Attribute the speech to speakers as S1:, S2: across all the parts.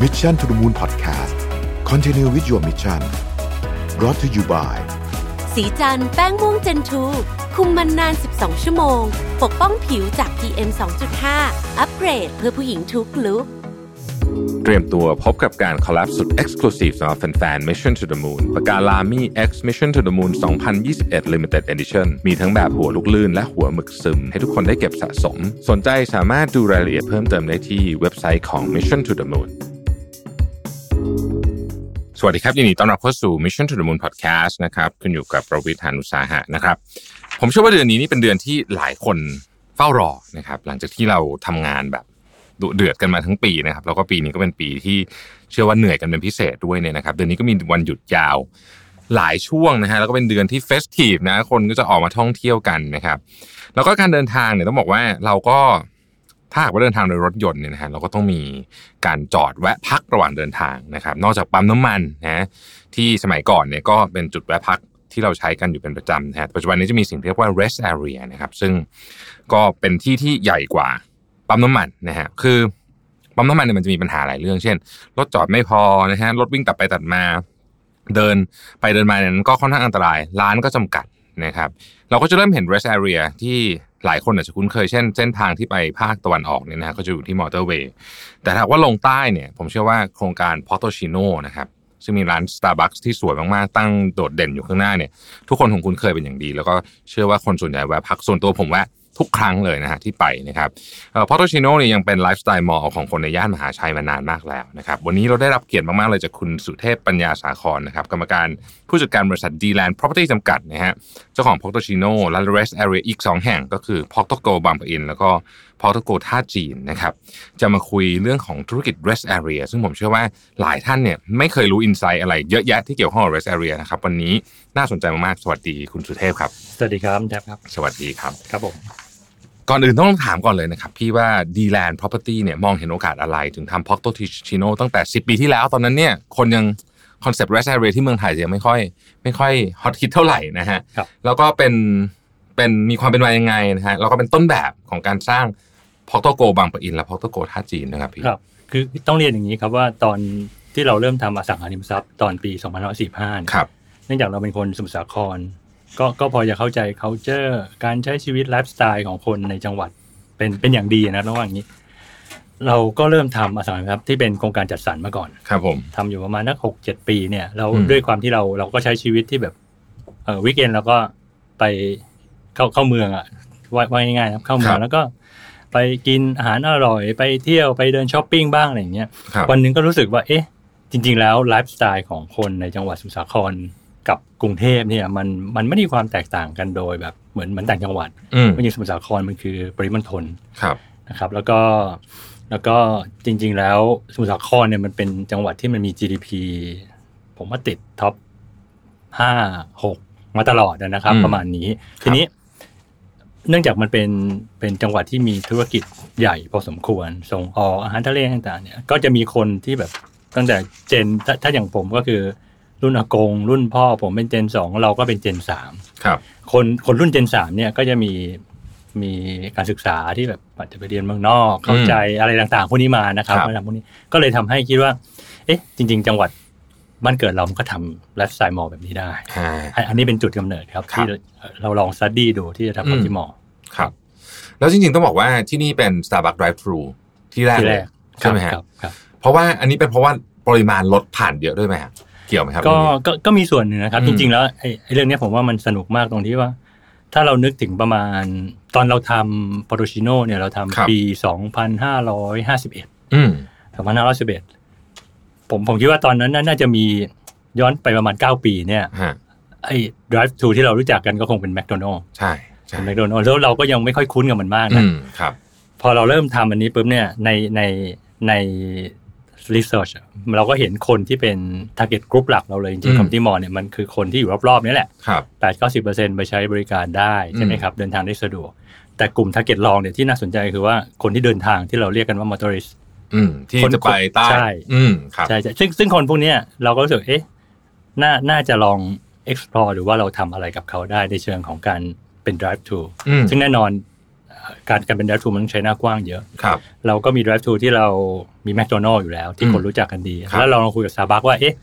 S1: Mission to the Moon Podcast Continue with your mission brought to you by
S2: สีจันทร์แป้งม่วงเจนทู คุมมันนาน 12 ชั่วโมง ปกป้องผิวจาก PM 2.5 อัปเกรดเพื่อผู้หญิงทุกลุก
S3: เตรียมตัวพบกับการคอลลับสุด Exclusive สำหรับแฟนๆ Mission to the Moon ปากกาลามี X Mission to the Moon 2021 Limited Edition มีทั้งแบบหัวลูกลื่นและหัวหมึกซึม ให้ทุกคนได้เก็บสะสม สนใจสามารถดูรายละเอียดเพิ่มเติมได้ที่เว็บไซต์ของ Mission to the Moon สวัสดีครับ ยินดีต้อนรับเข้าสู่ Mission to the Moon Podcast นะครับขึ้นอยู่กับประวิทยานุสาหะนะครับ ผมเชื่อว่าเดือนนี้นี่เป็นเดือนที่หลายคนเฝ้ารอนะครับ หลังจากที่เราทำงานแบบ ดุเดือดกันมาทั้งปีนะครับแล้วก็ปีนี้ก็เป็นปีที่เชื่อว่าเหนื่อยกันเป็นพิเศษด้วยเนี่ยนะครับ เดือนนี้ก็มีวันหยุดยาวหลายช่วงนะฮะแล้วก็เป็นเดือนที่เฟสทีฟนะคนก็จะออกมาท่องเที่ยวกันนะครับ แล้วก็การเดินทางเนี่ยต้องบอกว่าเราก็ถ้าหากว่าเดินทางโดยรถยนต์เนี่ยนะฮะเราก็ต้องมีการจอดแวะพักระหว่างเดินทางนะครับ นอกจากปั๊มน้ำมันนะที่สมัยก่อนเนี่ยก็เป็นจุดแวะพักที่เราใช้กันอยู่เป็นประจำนะฮะปัจจุบันนี้จะมีสิ่งที่เรียกว่า rest area นะครับ ซึ่งก็เป็นที่ที่ใหญ่กว่า ปั๊มน้ำมันนะฮะคือปั๊มน้ำมันเนี่ยมันจะมีปัญหาหลายเรื่อง เช่นรถจอดไม่พอนะฮะรถวิ่งตัดไปตัดมา เดินไปเดินมาเนี่ยมันก็ค่อนข้างอันตราย ร้านก็จำกัดนะครับ เราก็จะเริ่มเห็น rest area ที่หลายคนอาจจะคุ้นเคยเช่นเส้นทางที่ไปภาคตะวันออกเนี่ยนะฮะก็จะอยู่ที่มอเตอร์เวย์แต่ถ้าหากว่าลงใต้เนี่ย ผมเชื่อว่าโครงการพอ r t ตชิโนนะครับ ซึ่งมีร้าน Starbucks ที่สวยมากๆ ตั้งโดดเด่นอยู่ข้างหน้าเนี่ย ทุกคนคงคุ้นเคยเป็นอย่างดี แล้วก็เชื่อว่าคนส่วนใหญ่แวะพักส่วนตัวผมแวะทุกครั้งเลยนะฮะที่ไปนะครับพอโตชิโน่เนี่ยยังเป็นไลฟ์สไตล์มอลของคนในย่านมหาชัยมานานมากแล้วนะครับวันนี้เราได้รับเกียรติมาก ๆ เลยจากคุณสุเทพปัญญาสาครนะครับกรรมการผู้จัดการบริษัทดีแลนด์ Property จำกัดนะฮะเจ้าของพอโตชิโน่และ Rest Area อีก 2 แห่งก็คือพอโตโกบางปะอิน แล้วก็พอโตโกท่าจีนนะครับจะมาคุยเรื่องของธุรกิจ Rest Area ซึ่งผมเชื่อว่าหลายท่านเนี่ยไม่เคยรู้อินไซต์อะไรเยอะแยะที่เกี่ยวข้องกับ Rest Area นะครับวันนี้น่าสนใจมากๆสวัสดีคุณสุเทพครับ
S4: สวัสดีครับคุณแท็บครับ
S3: สวัสดีครับ
S4: ครับผม
S3: ก่อนอื่นต้องถามก่อนเลยนะครับ พี่ว่า d l a n d Property เนี่ยมองเห็นโอกาสอะไรถึงทำพ็อกโตทิชิโนตั้งแต่ 10 ปีที่แล้วตอนนั้นเนี่ยคนยังคอนเซปต์ rest area ที่เมืองไทยยังไม่ค่อย ไม่ค่อยฮอตคิดเท่าไหร่นะฮะ
S4: ครับ
S3: แล้วก็เป็นเป็นมีความเป็นมายังไงนะฮะแล้วก็เป็นต้นแบบของการสร้างพอกโตโกบางปะอิน และพอกโตโกท่าจีนนะครับพี่
S4: ครับคือต้องเรียนอย่างนี้ครับว่าตอนที่เราเริ่มทำอสังหาริมทรัพย์ตอนปี 2545เนี่ย
S3: ครับ
S4: เนื่องจากเราเป็นคนสมุทรสาคร ก็ก็พอจะเข้าใจ culture การใช้ชีวิตไลฟ์สไตล์ของคนในจังหวัดเป็นเป็นอย่างดีนะระหว่างนี้ เราก็เริ่มทำอสังหาริมทรัพย์ที่เป็นโครงการจัดสรรมาก่อน
S3: ครับผม
S4: ทำอยู่ประมาณนักหกเจ็ดปีเนี่ยเรา
S3: อืม
S4: ด้วยความที่เราเราก็ใช้ชีวิตที่แบบเออวิกเอนเราก็ไปเข้าเข้าเมืองอะว่าว่าง่ายๆนะครับเข้าเมืองแล้วก็ ไปกินอาหารอร่อยไปเที่ยวไปเดินช้อปปิ้งบ้างอะไรอย่างเงี้ย
S3: ครับ
S4: วันหนึงก็รู้สึกว่าเอ๊ะ จริง ๆ แล้วไลฟ์สไตล์ของคนในจังหวัดสมุทรสาครกับกรุงเทพเนี่ยมันมันไม่ได้ความแตกต่างกันโดยแบบเหมือนเหมือนต่างจังหวัด
S3: อืม
S4: ไม่ใช่สมุทรสาครมันคือปริมณฑล
S3: ครับ
S4: นะครับแล้วก็แล้วก็จริง ๆ แล้วสมุทรสาครเนี่ยมันเป็นจังหวัดที่มันมี GDP ผมว่าติดท็อปห้าหกมาตลอดนะครับ ประมาณนี้ ทีนี้ เนื่องจากมันเป็นเป็นจังหวัดที่มีธุรกิจใหญ่พอสมควร ส่งออกอาหารทะเลต่างๆเนี่ยก็จะมีคนที่แบบตั้งแต่เจนถ้าถ้าอย่างผมก็คือรุ่นอากง รุ่นพ่อผมเป็นเจนสองเราก็เป็นเจนสาม
S3: ครับ
S4: คนคนรุ่น Gen 3เนี่ยก็จะมีมีการศึกษาที่แบบอาจจะไปเรียนเมืองนอก เข้าใจอะไรต่างๆพวกนี้มานะครับมาทำพวกนี้ก็เลยทำให้คิดว่า เอ๊ะ จริง ๆ จังหวัดบ้านเกิดเรามันก็ทำไลฟ์สไตล์มอลแบบนี้ได้
S3: อ่า
S4: อันอันนี้เป็นจุดกำเนิดครับ
S3: ครับ
S4: ที่เราลองส t ั d ดี้ดูที่จะทำ
S3: อืม
S4: ทำที่มอล
S3: ครับ แล้วจริงๆต้องบอกว่าที่นี่เป็น Starbucks Drive Thru ที่แรก
S4: ที่
S3: เล
S4: แร
S3: ย
S4: ก
S3: ใช่ไหมฮะ
S4: ครับครับ
S3: เพราะว่าอันนี้เป็นเพราะว่าปริมาณรถผ่านเยอะด้วยไหมฮะเกี่ยวไหมครับ
S4: ก็
S3: เรื่องนี้
S4: ก็ก็มีส่วนหนึ่งนะครับ
S3: อื
S4: จ
S3: ม
S4: ริง ๆ แล้วไอ้ไอ้เรื่องเนี้ยผมว่ามันสนุกมากตรงที่ว่า ถ้าเรานึกถึงประมาณตอนเราทำปอโตชิโนเนี่ยเราทำปี2551
S3: อืม
S4: สองพันห้าร้อยสิบเอ็ดผมผมคิดว่าตอนนั้นน่าจะมีย้อนไปประมาณ 9 ปีเนี่ย
S3: ฮะ
S4: ไอ้ drive to ที่เรารู้จักกันก็คงเป็นแม d โดนัล s
S3: ใช่ใช่
S4: แม d โดนัล s แล้วเราก็ยังไม่ค่อยคุ้นกับมันมาก
S3: อื
S4: นะ
S3: มครับ
S4: พอเราเริ่มทำอันนี้ปุ๊บเนี่ยในในใน research อะเราก็เห็นคนที่เป็น target group หลักเราเลยจ
S3: อื
S4: ริง
S3: ม
S4: ๆคำที่มอเนี่ยมันคือคนที่อยู่รอบๆนี่แหละ
S3: ครับ
S4: 8 9 0 ไปใช้บริการได้ ใช่ไหม
S3: อืม
S4: ครับ เดินทางได้สะดวก แต่กลุ่ม target รองเนี่ยที่น่าสนใจคือว่าคนที่เดินทางที่เราเรียกกันว่า motorist
S3: อืม ที่
S4: คน
S3: จะไปใต้
S4: ใช่
S3: อืมครับ
S4: ใช่ใช่ซึ่งซึ่งคนพวกเนี้ยเราก็รู้สึก เอ๊ะ น่า น่าจะลอง explore หรือว่าเราทำอะไรกับเขาได้ในเชิงของการเป็น drive to
S3: อืม
S4: ซึ่งแน่นอน การการเป็น drive thru มันต้องใช้หน้ากว้างเยอะ
S3: ครับ
S4: เราก็มี drive thru ที่เรามีแมคโดนัลอยู่แล้ว ที่คนรู้จักกันดี
S3: ครับ
S4: แล้วเราลองคุยกับซาบักว่าเอ๊ะ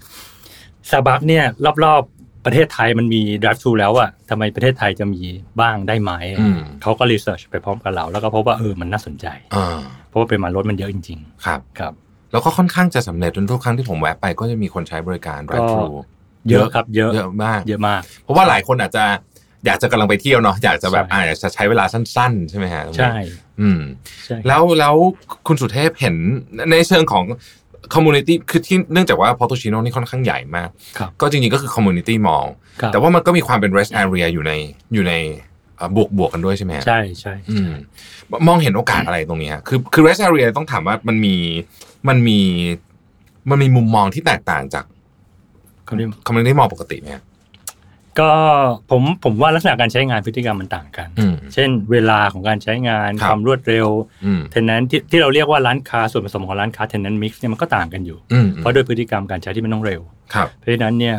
S4: ซาบักเนี่ยรอบๆประเทศไทยมันมี drive thru แล้วอะทำไมประเทศไทยจะมีบ้างได้ไหม
S3: อืม
S4: เขาก็รีเสิร์ชไปพร้อมกับเรา แล้วก็พบว่าเออมันน่าสนใจ
S3: อ่า
S4: เพราะว่าปริมาณรถมันเยอะจริง
S3: ครับ
S4: ๆ ครับ
S3: แล้วก็ค่อนข้างจะสำเร็จจนทุกครั้งที่ผมแวะไปก็จะมีคนใช้บริการ drive thru
S4: ก็ เยอะครับ เยอะ
S3: เยอะมาก
S4: เยอะมาก
S3: เพราะว่าหลายคนอาจจะอยากจะกำลังไปเที่ยวเนาะอยากจะแบบ
S4: ใช่
S3: อ่าอยากจะใช้เวลาสั้น ๆ ใช่ไหมฮะ
S4: ใช่
S3: อืม
S4: ใช่
S3: แล้วแล้วคุณสุเทพเห็นในเชิงของคอมมูนิตี้คือที่เนื่องจากว่าพอตูชิโน่นี่ค่อนข้างใหญ่มาก
S4: ครับ
S3: ก็จริงๆก็คือคอมมูนิตี้มอล
S4: ครับ
S3: แต่ว่ามันก็มีความเป็น rest area อยู่ในอยู่ในเอ่อบวกบวกกันด้วยใช่ไหมฮะ
S4: ใช่ใช่
S3: อืมมองเห็นโอกาสอะไรตรงนี้ฮะคือคือ rest area ต้องถามว่ามันมีมันมีมันมีมุมมองที่แตกต่างจาก
S4: community
S3: คอมมูนิตี้มอลปกติไหมฮะ
S4: ก็ผมผมว่าลักษณะการใช้งานพฤติกรรมมันต่างกัน
S3: อืม
S4: เช่น เวลาของการใช้งาน
S3: ครับ
S4: ความรวดเร็ว
S3: อืม
S4: เทนแนนที่ที่เราเรียกว่าร้านค้าส่วนผสมของร้านค้าเทนแนนมิกซ์เนี่ยมันก็ต่างกันอยู่
S3: อืม
S4: เพราะด้วยพฤติกรรมการใช้ที่มันต้องเร็ว
S3: ครับ
S4: เพราะฉะนั้นเนี่ย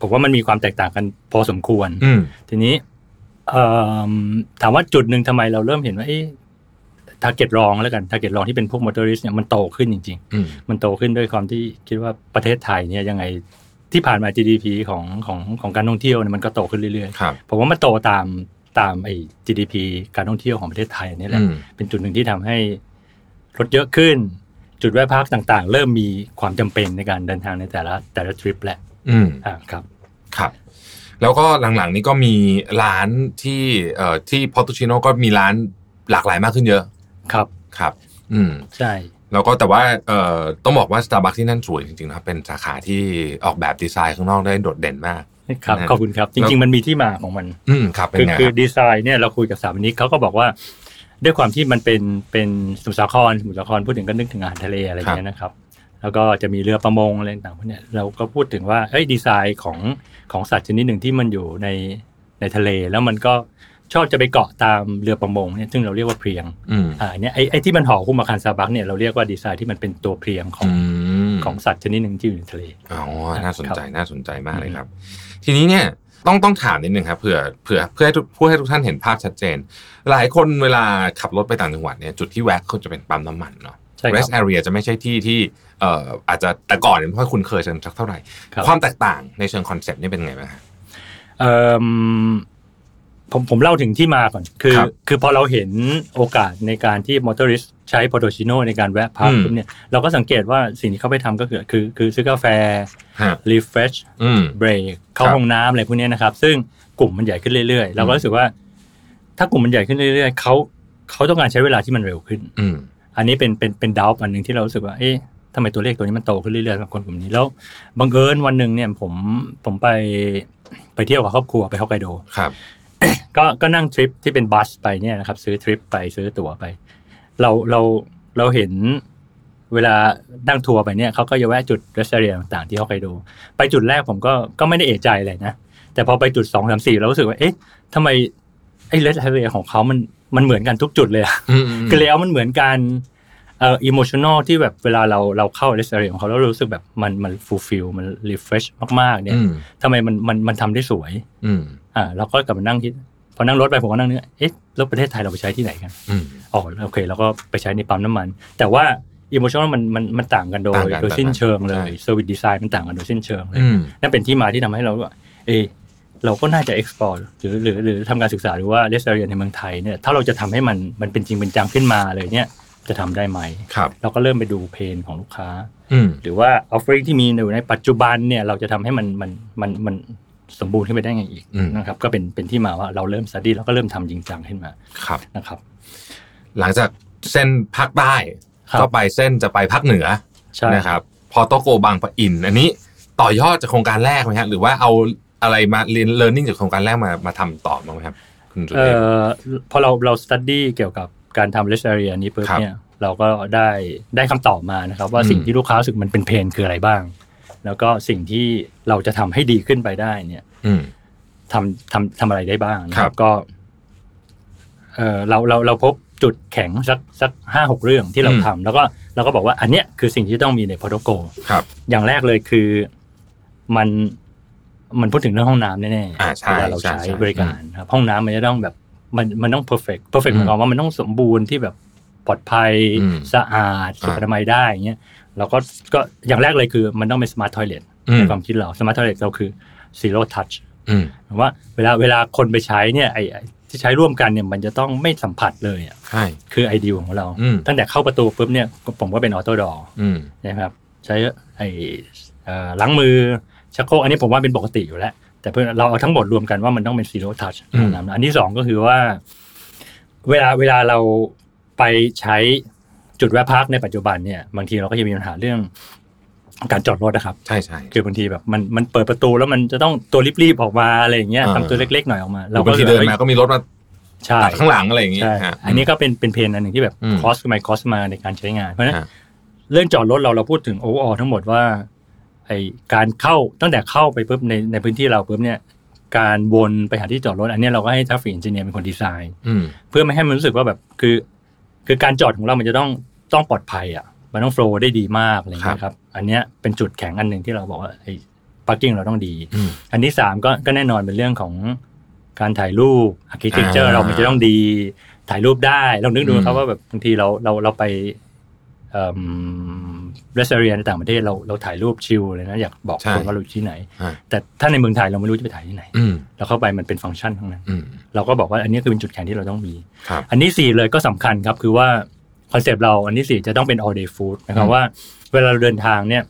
S4: ผมว่ามันมีความแตกต่างกันพอสมควร
S3: อืม
S4: ทีนี้เอิ่มถามว่าจุดหนึ่งทำไมเราเริ่มเห็นว่าเอ๊ะทาร์เก็ตรองแล้วกันทาร์เก็ตรองที่เป็นพวกมอเตอร์ริสเนี่ยมันโตขึ้นจริง
S3: อืม
S4: ๆ มันโตขึ้นด้วยความที่คิดว่าประเทศไทยเนี่ยยังไงที่ผ่านมา GDP ของของของการท่องเที่ยวเนี่ยมันก็โตขึ้นเรื่อย
S3: ครับ
S4: ๆผมว่ามันโตตามตามไอ้ GDP การท่องเที่ยวของประเทศไทยเนี่ยแหละ
S3: อืม
S4: เป็นจุดหนึ่งที่ทำให้รถเยอะขึ้น จุดแวะพักต่างๆ เริ่มมีความจำเป็นในการเดินทางในแต่ละแต่ละทริปแหละ
S3: อืม
S4: อ่าครับ
S3: ครับ แล้วก็หลังๆนี้ก็มีร้านที่เอ่อที่พอตูชิโน่ก็มีร้านหลากหลายมากขึ้นเยอะ
S4: ครับ
S3: ครับ อืม
S4: ใช่
S3: แล้วก็แต่ว่าเอ่อต้องบอกว่า Starbucks ที่นั่นสวยจริงๆนะครับเป็นสาขาที่ออกแบบดีไซน์ข้างนอกได้โดดเด่นมาก
S4: ครับ
S3: นะ
S4: ขอบคุณครับ จริง ๆ มันมีที่มาของมัน
S3: อืมครับเป็น
S4: คือ
S3: ไง
S4: คื
S3: ค
S4: อ
S3: รับ
S4: ดีไซน์เนี่ยเราคุยกับสถามนิกเขาก็บอกว่า ด้วยความที่มันเป็นเป็นสมุทรสาครสมุทรสาครพูดถึงก็นึกถึงอาหารทะเลอะไรอย่างเงี้ยนะครับ แล้วก็จะมีเรือประมงอะไรต่างๆพวกเนี้ยเราก็พูดถึงว่าเอ้ยดีไซน์ของของสัตว์ชนิดหนึ่งที่มันอยู่ในในทะเล แล้วมันก็ชอบจะไปเกาะตามเรือประมงเนี่ยซึ่งเราเรียกว่าเพลียง
S3: อืม
S4: อ่าเนี่ยไอ้ไอ้ที่มันห่อหุ้มอาคารซาบักเนี่ยเราเรียกว่าดีไซน์ที่มันเป็นตัวเพลียงของ
S3: อืม
S4: ของสัตว์ชนิดหนึ่งที่อยู่ในทะเล
S3: อ๋อน่าสนใจ
S4: ครับ
S3: น่าสนใจมากเลยครับ ทีนี้เนี่ยต้องต้องถามนิดนึงครับเผื่อเผื่อเพื่อให้ทุกผู้ให้ทุกท่านเห็นภาพชัดเจน หลายคนเวลาขับรถไปต่างจังหวัดเนี่ยจุดที่แวะเขาจะเป็นปั๊มน้ำมันเนาะ
S4: ใช่ค
S3: rest
S4: รับ
S3: area จะไม่ใช่ที่ที่เอ่ออาจจะแต่ก่อนเนี่ยไม่ค่อยคุ้นเคยกันสักเท่าไหร่
S4: ครับ
S3: ความแตกต่างในเชิงคอนเซปต์นี่เป็นไงบ้างฮะ
S4: เอิ่มผมผมเล่าถึงที่มาก่อนคือ
S3: ครับ
S4: คือพอเราเห็นโอกาสในการที่มอเตอร์ริสใช้พอโดชิโนในการแวะพัก
S3: อืม
S4: ปุ๊บเนี่ยเราก็สังเกตว่าสิ่งที่เขาไปทำก็คือคือคือซื้อกาแฟ
S3: ฮะ
S4: รีเฟรช
S3: อืม
S4: เบรกเข้า
S3: ครับ
S4: ห้องน้ำอะไรพวกเนี้ยนะครับ ซึ่งกลุ่มมันใหญ่ขึ้นเรื่อยๆ เรา
S3: อื
S4: ก็
S3: ม
S4: รู้สึกว่า ถ้ากลุ่มมันใหญ่ขึ้นเรื่อยๆเขาเขาต้องการใช้เวลาที่มันเร็วขึ้น
S3: อืม
S4: อันนี้เป็นเป็นเป็นดาวอันหนึ่งที่เรารู้สึกว่า เอ๊ะทำไมตัวเลขตัวนี้มันโตขึ้นเรื่อยๆสำหรับคนกลุ่มนี้ แล้วบังเอิญวันหนึ่งเนี่ยผมผมไปไปเที่ยวกับครอบครัวไปฮอกไกโด
S3: ครับ
S4: ก็ก็นั่งทริปที่เป็นบัสไปเนี่ยนะครับซื้อทริปไปซื้อตั๋วไป เราเราเราเห็นเวลานั่งทัวร์ไปเนี่ยเขาก็จะแวะจุดรีสอร์ทต่างๆที่ฮอกไกโดไปจุดแรกผมก็ก็ไม่ได้เอะใจอะไรนะ แต่พอไปจุดสองสามสี่เรารู้สึกว่าเอ๊ะทำไมไอ้รีสอร์ทของเขามันมันเหมือนกันทุกจุดเลยอะ
S3: อืมอืม
S4: คือเลเยอร์มันเหมือนกันเอ่ออิโมชันอลที่แบบเวลาเราเราเข้าเรสเรียของเขาแล้วเรารู้สึกแบบมันมันฟูลฟิลมันรีเฟรชมากๆเนี่ย
S3: อืม
S4: ทำไมมันมันมันทำได้สวย
S3: อืม
S4: อ่าเราก็กลับมานั่งคิดพอนั่งรถไปผมก็นั่งนึกเอ๊ะแล้วประเทศไทยเราไปใช้ที่ไหนกัน
S3: อืม
S4: อ๋อโอเคเราก็ไปใช้ในปั๊มน้ำมัน แต่ว่าอิโมชันอลมันมันมันต่างกันโดย
S3: ต่างกัน
S4: โดยสิ้นเชิงเล
S3: ใช่
S4: ยเซอร์วิสดีไซน์มันต่างกันโดยสิ้นเชิงเลย
S3: อืม
S4: นั่นเป็นที่มาที่ทำให้เรารู้ว่าเออเราก็น่าจะ explore หรือหรือหรือทำการศึกษาดูว่าเลสเตอรียในเมืองไทยเนี่ยถ้าเราจะทำให้มันมันเป็นจริงเป็นจังขึ้นมาเลยเนี่ยจะทำได้ไหม
S3: ครับ
S4: เราก็เริ่มไปดูเพนของลูกค้า
S3: อืม
S4: หรือว่า offering ที่มีอยู่ในปัจจุบันเนี่ยเราจะทำให้มันมันมันมันสมบูรณ์ขึ้นไปได้ไงอีก
S3: อืม
S4: นะครับก็เป็นเป็นที่มาว่าเราเริ่ม study แล้วก็เริ่มทำจริงจังขึ้นมา
S3: ครับ
S4: นะครับ
S3: หลังจากเส้นภาคใต้
S4: ครับ
S3: ก็ไปเส้นจะไปภาคเหนือ
S4: ใช่
S3: นะครับ พอโตโกบางปะอิน อันนี้ต่อยอดจากโครงการแรกไหมฮะ หรือว่าเอาอะไรมาเรียน learning จากโครงการแรกมามาทำต่อบ้างไหมครับ คุณสุ
S4: เอ
S3: เทพ
S4: อพอเราเรา study เกี่ยวกับการทำเลสเตอรียนี้ปุ๊บ
S3: ครับ
S4: เนี่ยเราก็ได้ได้คำตอบมานะครับ ว่า
S3: อืม
S4: สิ่งที่ลูกค้ารู้สึกมันเป็นเพนคืออะไรบ้าง แล้วก็สิ่งที่เราจะทำให้ดีขึ้นไปได้เนี่ย
S3: อืม
S4: ทำทำทำอะไรได้บ้างนะ
S3: ค
S4: ค
S3: รั
S4: รั
S3: บบ
S4: ก็เออเราเราเราพบจุดแข็งสักสักห้าหกเรื่องที่เรา
S3: อืม
S4: ทำแล้วก็เราก็บอกว่าอันเนี้ยคือสิ่งที่ต้องมีในพอดโก
S3: ครับ
S4: อย่างแรกเลยคือมันมันพูดถึงเรื่องห้องน้ำแน่
S3: อ่าใช่
S4: ๆเวลาเรา
S3: ใช่
S4: ใช้
S3: ใช่
S4: บริการนะครับห้องน้ำมันจะต้องแบบ มันมันต้อง perfect perfect
S3: อื
S4: ห
S3: ม
S4: มายความว่ามันต้องสมบูรณ์ที่แบบปลอดภัย
S3: อืม
S4: สะอาดสุขอนามัยได้อย่างเงี้ยเราก็ก็อย่างแรกเลยคือมันต้องเป็น smart toilet
S3: อืม
S4: ในความคิดเรา smart toilet เราคือ zero touch
S3: อืม
S4: หมายว่าเวลาเวลาคนไปใช้เนี่ยไอ้ไอ้ที่ใช้ร่วมกันเนี่ยมันจะต้องไม่สัมผัสเลยอะ
S3: ใช่
S4: คือไอเดียของเรา
S3: อืม
S4: ตั้งแต่เข้าประตูปุ๊บเนี่ยผมก็เป็นออโต้ดอ
S3: อืม
S4: นะครับใช้ไอ้เอ่อล้างมือชักโครกอันนี้ผมว่าเป็นปกติอยู่แล้ว แต่เพื่อเราเอาทั้งหมดรวมกันว่ามันต้องเป็นซีโร่ทัช
S3: อืม
S4: อันที่สองก็คือว่า เวลาเวลาเราไปใช้จุดแวะพักในปัจจุบันเนี่ย บางทีเราก็จะมีปัญหาเรื่องการจอดรถนะครับ
S3: ใช่ใช่
S4: คือบางทีแบบมันมันเปิดประตูแล้วมันจะต้องตัวรีบๆออกมาอะไรอย่างเงี้ย
S3: อ่า
S4: ทำตัวเล็กๆหน่อยออกมา
S3: หรื
S4: เรา
S3: อบา
S4: ก็
S3: งทีเดินมาก็มีรถมา
S4: ใช่
S3: ตัดข้างหลังอะไรอย่างเงี้ย
S4: ใช่
S3: ฮะ
S4: อันนี้ก็เป็นเป็นเพนอันหนึ่งที่แบบ
S3: อืม
S4: คอสมาคอสมาในการใช้งานเพราะฉะนั้น
S3: ฮะ
S4: เรื่องจอดรถเราเราพูดถึงโอเวอร์อทั้งหมดว่าไอการเข้าตั้งแต่เข้าไปปุ๊บในในพื้นที่เราปุ๊บเนี่ยการวนไปหาที่จอดรถ อันเนี้ยเราก็ให้ทราฟิกเอนจิเนียร์เป็นคนดีไซน์
S3: อืม
S4: เพื่อไม่ให้มันรู้สึกว่าแบบคือ คือการจอดของเรามันจะต้องต้องปลอดภัยอ่ะมันต้องโฟล์ได้ดีมากอะไรอย่างเงี้ยครับ อันเนี้ยเป็นจุดแข็งอันหนึ่งที่เราบอกว่าไอ้พาร์กิ้งเราต้องดี
S3: อืม
S4: อันที่สามก็ก็แน่นอนเป็นเรื่องของการถ่ายรูปอาร์เค t เจอ
S3: อ่า
S4: ร์เรามันจะต้องดีถ่ายรูปได้เรานึกดู
S3: อืม
S4: ครับว่าแบบบางทีเราเราเราไปเอ่อรัสเซียในต่างประเทศเราเราถ่ายรูปชิลเลยนะอยากบอก
S3: ใช่
S4: คนว่าเราอยู่ที่ไหน
S3: ฮะ
S4: แต่ถ้าในเมืองไทยเราไม่รู้จะไปถ่ายที่ไหน
S3: อืม
S4: เราเข้าไปมันเป็นฟังก์ชันทั้งนั้น
S3: อืม
S4: เราก็บอกว่าอันนี้คือเป็นจุดแข็งที่เราต้องมี
S3: ครับ
S4: อันที่สี่เลยก็สำคัญครับคือว่าคอนเซปต์เราอันที่สี่จะต้องเป็น all day food นะครับ
S3: อืม
S4: ว่าเวลาเราเดินทางเนี่ย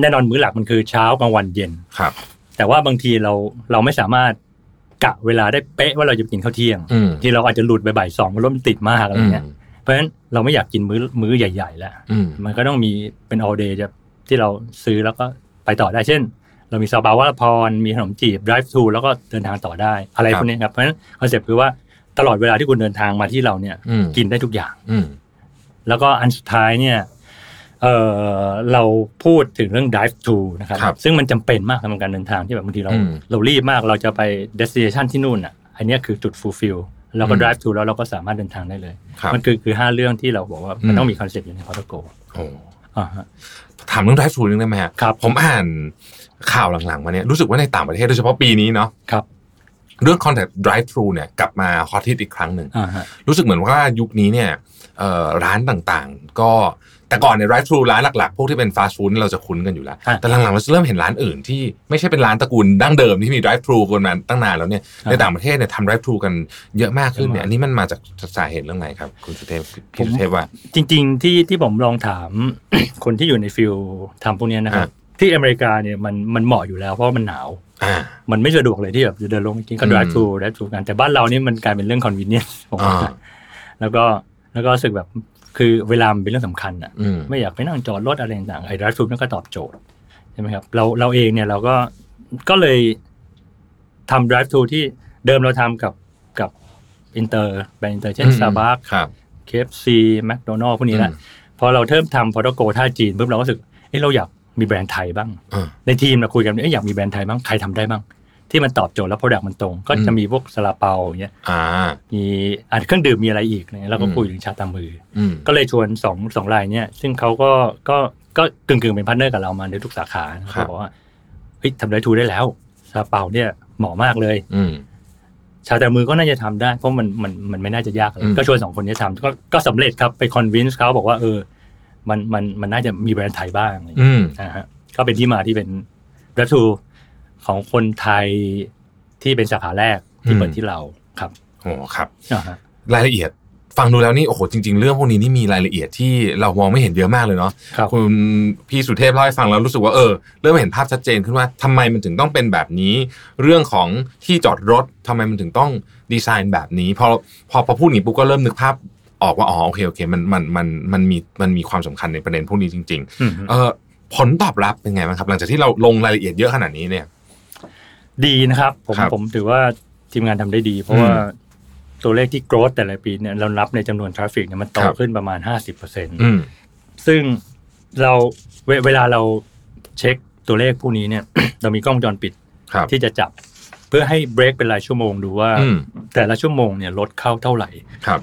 S4: แน่นอนมื้อหลักมันคือเช้ากลางวันเย็น
S3: ครับ
S4: แต่ว่าบางทีเราเราไม่สามารถกะเวลาได้เป๊ะว่าเราจะกินข้าวเที่ยง
S3: อืม
S4: ที่เราอาจจะหลุดไปบ่ายสองเพราะรถมันติดมากอะไร
S3: อืม
S4: เงี้ยเพราะฉะนั้นเราไม่อยากกินมื้อมื้อใหญ่ ๆ แล้ว
S3: อืม
S4: มันก็ต้องมีเป็น all day จะที่เราซื้อแล้วก็ไปต่อได้เช่น เรามีซาบาวาลพร มีขนมจีบ drive to แล้วก็เดินทางต่อได้อะไรพวกนี้ครับเพราะฉะนั้นคอนเซ็ปต์คือว่าตลอดเวลาที่คุณเดินทางมาที่เราเนี่ย
S3: อืม
S4: กินได้ทุกอย่าง
S3: อืม
S4: แล้วก็อันสุดท้ายเนี่ยเออเราพูดถึงเรื่อง drive to นะครับ
S3: ครับ
S4: ซึ่งมันจำเป็นมากสำหรับการเดินทางที่แบบบางทีเรา
S3: อืม
S4: เรารีบมากเราจะไป destination ที่นู่นอ่ะ อันเนี้ยคือจุด fulfill แล้วก็
S3: อืม
S4: drive to แล้วเราก็สามารถเดินทางได้เลย
S3: ครับ
S4: มันคือคือห้าเรื่องที่เราบอกว่า
S3: อืม
S4: มันต้องมีคอนเซ็ปต์อยู่ในพอร์ตโก
S3: โอ้
S4: อ่าฮะ
S3: ถามเรื่องไดฟ์ทูนิดนึงได้ไหมฮะ
S4: ครับ
S3: ผมอ่านข่าวหลังๆมาเนี่ยรู้สึกว่าในต่างประเทศโดยเฉพาะปีนี้เนาะ
S4: ครับ
S3: เรื่อง contact drive thru เนี่ยกลับมาฮอตฮิตอีกครั้งหนึ่ง
S4: อ่าฮะ
S3: รู้สึกเหมือนว่ายุคนี้เนี่ยเอ่อร้านต่างๆ ก็แต่ก่อนเนี่ยร้านทรูร้านหลักๆ พวกที่เป็นฟาสต์ฟู้ดเราจะคุ้นกันอยู่แล้ว
S4: อ่ะ
S3: แต่หลังๆเราจะเริ่มเห็นร้านอื่นที่ไม่ใช่เป็นร้านตระกูลดั้งเดิมที่มีร้านทรูกันมาตั้งนานแล้วเนี่ย
S4: อ่ะ
S3: ในต่างประเทศเนี่ยทำร้านทรูกันเยอะมากขึ้นเนี่ย
S4: เยอะมาก
S3: อันนี้มันมาจากสาเหตุเรื่องไหนครับ คุณสุเทพพี่สุเทพว่า
S4: จริง ๆ ที่ที่ผมลองถาม คนที่อยู่ในฟิลทำพวกเนี้ยนะครับ ที่อเมริกาเนี่ยมันมันเหมาะอยู่แล้วเพราะว่ามันหนาว
S3: อ่า
S4: มันไม่สะดวกเลยที่แบบจะเดินลงไปกินก็
S3: อืม
S4: drive thru drive thru กันแต่บ้านเรานี่มันกลายเป็นเรื่อง convenience ผมว่า
S3: อ่า
S4: แล้วก็แล้วก็รู้สึกแบบคือเวลามันเป็นเรื่องสำคัญอ่ะ
S3: อืม
S4: ไม่อยากไปนั่งจอดรถอะไรต่างๆไอ้ drive thru นั่นก็ตอบโจทย์ใช่ไหมครับเราเราเองเนี่ยเราก็ก็เลยทำ drive thru ที่เดิมเราทำกับกับอินเตอร์แบรนด์อินเตอร์เช่นซาบาร์
S3: ครับ
S4: KFC McDonald พวกนี้แหละ
S3: อืม
S4: พอเราเริ่มทำพอตโกท่าจีนปุ๊บเราก็รู้สึกเอ้เราอยากมีแบรนด์ไทยบ้าง
S3: อ่า
S4: ในทีมเราคุยกันเอ้ยอยากมีแบรนด์ไทยบ้างใครทำได้บ้างที่มันตอบโจทย์แล้ว Product มันตรง ก็จะ
S3: อืม
S4: มีพวกซาลาเปาอย่างเงี้ย
S3: อ่า
S4: มีอันเครื่องดื่มมีอะไรอีกเนี่ยเราก็
S3: อืม
S4: คุยถึงชาตามมือ
S3: อืม
S4: ก็เลยชวนสองสองรายเนี่ยซึ่งเขาก็ก็ก็กึ่งกึ่งๆเป็นพาร์ทเนอร์กับเรามาในทุกสาขานะเขาบอกว่าเฮ้ยทำได้ทูได้แล้วซาลาเปาเนี่ยเหมาะมากเลย
S3: อืม
S4: ชาแต่มือก็น่าจะทำได้เพราะมันมันมันไม่น่าจะยากอะไร
S3: อืม
S4: ก็ชวนสองคนนี้ทำก็ก็สำเร็จครับไปคอนวินส์เขาบอกว่าเออ มันมันมันน่าจะมีแบรนด์ไทยบ้างอะไรอย่างเงี้ย
S3: อืม
S4: นะฮะก็เป็นที่มาที่เป็นรัทูของคนไทยที่เป็นสาขาแรกที่เปิดที่เราครับ
S3: โอ้ครับ
S4: นะฮะ
S3: รายละเอียดฟังดูแล้วนี่โอ้โหจริง ๆ เรื่องพวกนี้นี่มีรายละเอียดที่เรามองไม่เห็นเยอะมากเลยเนาะ
S4: ครับ
S3: คุณพี่สุเทพเล่าให้ฟังแล้วรู้สึกว่าเออเริ่มเห็นภาพชัดเจนขึ้นว่าทำไมมันถึงต้องเป็นแบบนี้ เรื่องของที่จอดรถทำไมมันถึงต้องดีไซน์แบบนี้พอพอพอพูดอย่างนี้ปุ๊บก็เริ่มนึกภาพออกว่าอ๋อโอเคโอเคมันมันมันมันมีมันมีความสำคัญในประเด็นพวกนี้จริง
S4: อืม
S3: ๆ เออผลตอบรับเป็นไงบ้างครับ หลังจากที่เราลงรายละเอียดเยอะขนาดนี้เนี่ย
S4: ดีนะครับผม
S3: ครับ
S4: ผมถือว่าทีมงานทำได้ดี เพราะว่า
S3: อืม
S4: ตัวเลขที่โกรธแต่ละปีเนี่ยเรานับในจำนวนทราฟิกเนี่ยมันโต
S3: ครับ
S4: ขึ้นประมาณห้าสิบเปอร์เซ็นต์
S3: อืม
S4: ซึ่งเราเวเวลาเราเช็คตัวเลขพวกนี้เนี่ย เรามีกล้องวงจรปิด
S3: ครับ
S4: ที่จะจับ เพื่อให้เบรกเป็นรายชั่วโมงดูว่า
S3: อืม
S4: แต่ละชั่วโมงเนี่ยลดเข้าเท่าไหร่
S3: ครับ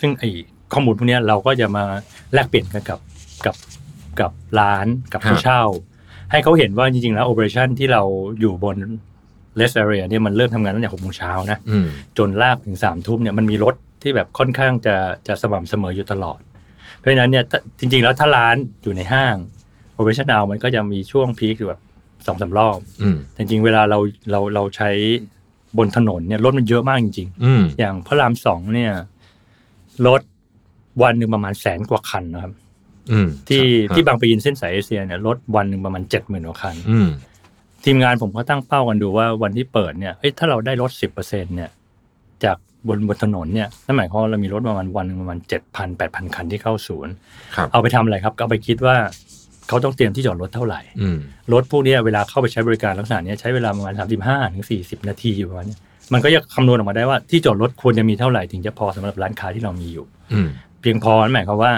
S4: ซึ่งไอ้ข้อมูลพวกเนี้ยเราก็จะมาแลกเปลี่ยนกันกับกับกับร้านกับผู้
S3: ฮะ
S4: เช่า ให้เขาเห็นว่าจริงๆแล้วโอเปอเรชั่นที่เราอยู่บน less area เนี่ยมันเริ่มทำงานตั้งแต่หกโมงเช้านะ
S3: อืม
S4: จนลากถึงสามทุ่มเนี่ยมันมีรถที่แบบค่อนข้างจะจะสม่ำเสมออยู่ตลอด เพราะฉะนั้นเนี่ยถ้าจริง ๆ แล้วถ้าร้านอยู่ในห้าง operation hour มันก็จะมีช่วงพีคอยู่แบบสองสามรอบ
S3: อืม
S4: แต่จริงๆเวลาเราเราเราใช้บนถนนเนี่ยรถมันเยอะมากจริง
S3: อืม
S4: ๆ อย่างพระรามสองเนี่ยรถวันหนึ่งประมาณแสนกว่าคันนะครับ
S3: อืม
S4: ที่
S3: ครับ
S4: ที่บางปะอินเส้นสายเอเชียเนี่ยรถวันหนึ่งประมาณเจ็ดหมื่นกว่าคัน
S3: อืม
S4: ทีมงานผมก็ตั้งเป้ากันดูว่าวันที่เปิดเนี่ยเอ้ยถ้าเราได้ลดสิบเปอร์เซ็นเนี่ย จากบนบนถนนเนี่ยนั่นหมายความว่าเรามีรถประมาณวันหนึ่งประมาณเจ็ดพันแปดพันคันที่เข้าศูนย์
S3: ครับ
S4: เอาไปทำอะไรครับ ก็เอาไปคิดว่าเขาต้องเตรียมที่จอดรถเท่าไหร่
S3: อืม
S4: รถพวกเนี้ยเวลาเข้าไปใช้บริการลักษณะเนี้ยใช้เวลาประมาณสามสิบห้าถึงสี่สิบนาทีอยู่ประมาณเนี้ยมันก็จะคำนวณออกมาได้ว่าที่จอดรถควรจะมีเท่าไหร่ถึงจะพอสำหรับร้านค้าที่เรามีอยู่
S3: อืม
S4: เพียงพอนั่นหมายความว่า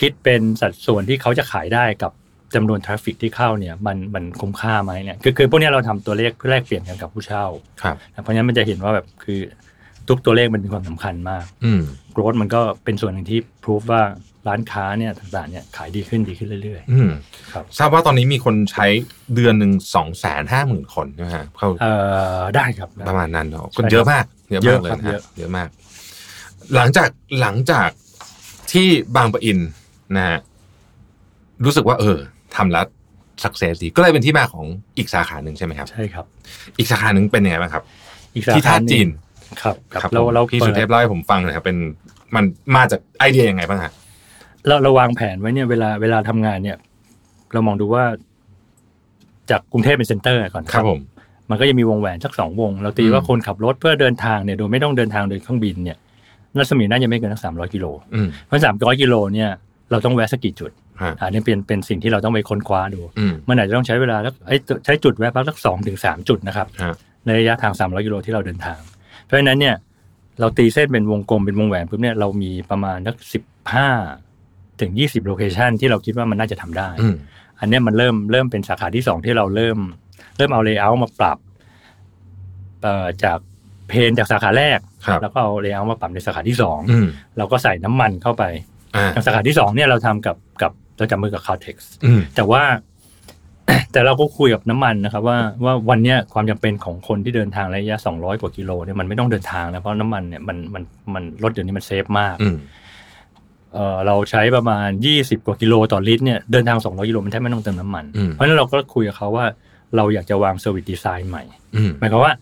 S4: คิดเป็นสัดส่วนที่เขาจะขายได้กับจำนวนทราฟฟิกที่เข้าเนี่ยมันมันคุ้มค่าไหมเนี่ยคือคือพวกเนี้ยเราทำตัวเลขเพื่อแลกเปลี่ยนกันกับผู้เช่า
S3: ครับ
S4: นะเพราะฉะนั้นมันจะเห็นว่าแบบคือทุกตัวเลขมันมีความสำคัญมาก
S3: อืม
S4: โกรธมันก็เป็นส่วนหนึ่งที่พิสูจว่าร้านค้าเนี่ยต่างๆเนี่ยขายดีขึ้นดีขึ้นเรื่อย
S3: อืม
S4: ครับ
S3: ทราบว่าตอนนี้มีคนใช้เดือนหนึ่งสองแสนห้าหมื่นคนนะฮะเข้า
S4: ๆเอ่อได้ครับ
S3: ประมาณนั้นเนาะ
S4: ใช่
S3: คนเยอะมากเยอะ
S4: เย
S3: มาก
S4: อะ
S3: เลย
S4: ครับ
S3: นะ
S4: เยอะ
S3: ฮะเยอะมาก หลังจากหลังจากที่บางปะอินนะฮะรู้สึกว่า เออทำแล้วสักเซสดีก็เลยเป็นที่มาของอีกสาขาหนึ่งใช่ไหมครับ
S4: ใช่ครับ
S3: อีกสาขาหนึ่งเป็นยังไงบ้างครับ
S4: อีกส
S3: ที่
S4: ข
S3: ท่า
S4: หง
S3: จีน
S4: ครับครับ
S3: ครับ
S4: เรา
S3: ผม
S4: เรา
S3: พี่
S4: เปิ
S3: สุ
S4: ด
S3: เทพเล่าให้ผมฟังหน่อยครับเป็นมันมาจากไอเดียยังไงบ้างฮะ
S4: เราเราวางแผนไว้เนี่ยเวลาเวลาทำงานเนี่ย เรามองดูว่า จากกรุงเทพเป็นเซ็นเตอร์ก่อนนะมันก็จะมีวงแหวนสักสองวง เราตีว่าคนขับรถเพื่อเดินทางเนี่ยโดยไม่ต้องเดินทางโดยเครื่องบินเนี่ยรัศมีน่าจะไม่เกินสักสามร้อยกิโล
S3: อืม
S4: เพราะสามร้อยกิโลเนี่ยเราต้องแวะสักกี่จุด
S3: ฮะ
S4: อันนี้เป็นเป็นสิ่งที่เราต้องไปค้นคว้าดู
S3: อืม
S4: มันอาจจะต้องใช้เวลาแล้วไอ้ยใช้จุดแวะพักสักสองถึงสามจุดนะครับ
S3: ฮะ
S4: ในระยะทาง 300กิโลที่เราเดินทาง เพราะฉะนั้นเนี่ย เราตีเส้นเป็นวงกลมเป็นวงแหวนปุ๊บเนี่ยเรามีประมาณสัก15 ถึง 20 โลเคชันที่เราคิดว่ามันน่าจะทำได้
S3: อืม
S4: อันเนี้ยมันเริ่มเริ่มเป็นสาขาที่ 2 ที่เราเริ่ม เริ่มเอาเลเยอร์มาปรับเอ่อจากเพนจากสาขาแรก
S3: ครับ
S4: แล้วก็เอาเลเยอร์มาปรับในสาขาที่
S3: อืม
S4: 2 เราก็ใส่น้ำมันเข้าไป
S3: อ่า
S4: ทางสาขาที่ 2 เนี่ยเราทำกับกับเราจับมือกับคาเท็ก
S3: อืม
S4: แต่ว่า แต่เราก็คุยกับน้ำมันนะครับ ว่าว่าวันเนี้ยความจำเป็นของคนที่เดินทางระยะ 200 กว่ากิโลเนี่ยมันไม่ต้องเดินทางนะเพราะน้ำมันเนี่ยมันมันมันรถเดี๋ยวนี้มันเซฟมาก
S3: อืม
S4: เออเราใช้ประมาณ 20 กว่ากิโลต่อลิตรเนี่ยเดินทาง 200กิโลมันแทบไม่ต้องเติมน้ำมัน
S3: อืม
S4: เพราะฉะนั้นเราก็คุยกับเขาว่าเราอยากจะวางเซอร์วิสดีไซน์ใหม่
S3: อืม
S4: หมายความว่า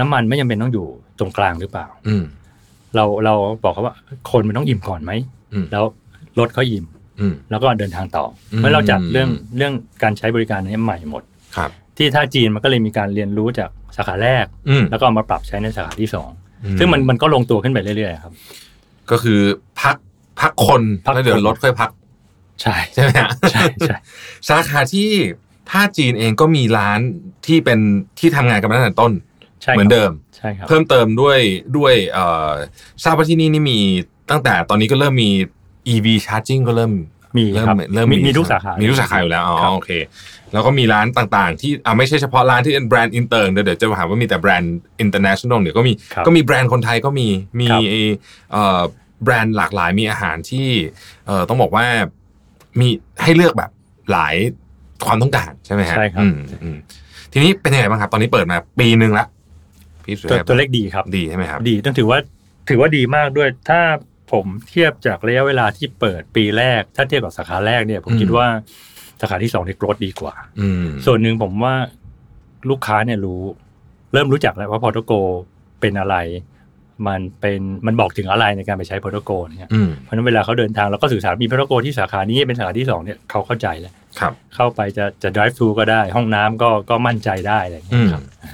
S4: น้ำมันไม่จำเป็นต้องอยู่ตรงกลางหรือเปล่า
S3: อืม
S4: เราเราบอกเขาว่าคนมันต้องอิ่มก่อนไหม
S3: อืม
S4: แล้วรถเขาอิ่ม
S3: อืม
S4: แล้วก็เดินทางต่ออ
S3: ม
S4: เพราะเราจัดเรื่องเรื่องการใช้บริการนี้ใหม่หมด
S3: ครับ
S4: ที่ท่าจีนมันก็เลยมีการเรียนรู้จากสาขาแรก
S3: อืม
S4: แล้วก็เอามาปรับใช้ในสาขาที่สอง
S3: อื
S4: ซึ่งมันมันก็ลงตัวขึ้นไปเรื่อยๆครับ
S3: ก็คือพักพักคน
S4: พัก
S3: แล้วเดี๋ย
S4: ค
S3: วน รถค่อยพัก
S4: ใช่
S3: ใช่ไหมฮะ
S4: ใช่ใช่
S3: สาขาที่ท่าจีนเองก็มีร้านที่เป็นที่ทำงานกันมาตั้งแต่ต้น
S4: ใช่
S3: เหมือนเดิม
S4: ใช่ครับ
S3: เพิ่มเติมด้วยด้วยเอ่อทราบว่าที่นี่นี่มีตั้งแต่ตอนนี้ก็เริ่มมี EV charging ก็เริ่ม
S4: มี
S3: เริ่ม
S4: ครับ
S3: เริ่ม
S4: มีมีทุกสาขา
S3: มีทุกสาขาอยู่แล้ว อ๋อ
S4: ครับ
S3: โอเค แล้วก็มีร้านต่างๆ ที่อ่าไม่ใช่เฉพาะร้านที่เป็นแบรนด์อินเตอร์เดี๋ยวเดี๋ยวจะหาว่ามีแต่แบรนด์อินเตอร์เนชั่นแนลเดี๋ยวก็มี
S4: ครับ
S3: ก็มีแบรนด์คนไทยก็มีมี
S4: ครับ
S3: เอ่อแบรนด์หลากหลายมีอาหารที่เอ่อต้องบอกว่ามีให้เลือกแบบหลายความต้องการใช่ไหมฮะ
S4: ใช่ครับ
S3: อืมอืมทีนี้เป็นยังไงบ้างครับ ตอนนี้เปิดมาปีหนึ่งละพี่สุ
S4: ตัว
S3: เทพ
S4: ตัวเลขดีครับ
S3: ดีใช่ไหมครับ
S4: ดีต้องถือว่าถือว่าดีมากด้วย ถ้าผมเทียบจากระยะเวลาที่เปิดปีแรก ถ้าเทียบกับสาขาแรกเนี่ย ผม
S3: อืม
S4: คิดว่าสาขาที่สองเนี่ยโกรธดีกว่า
S3: อืม
S4: ส่วนหนึ่งผมว่าลูกค้าเนี่ยรู้ เริ่มรู้จักแล้วว่าพอร์ตโกเป็นอะไร มันเป็นมันบอกถึงอะไรในการไปใช้พอร์ตโกเนี่ย
S3: อืม
S4: เพราะฉะนั้นเวลาเขาเดินทางเราก็สื่อสารมีพนักงานที่สาขานี้เป็นสาขาที่สองเนี่ยเขาเข้าใจแล้ว
S3: ครับ
S4: เข้าไปจะจะ drive thru ก็ได้ ห้องน้ำก็ก็มั่นใจได้อะไรอย่าง
S3: อื
S4: เงี้
S3: ม
S4: ยครับ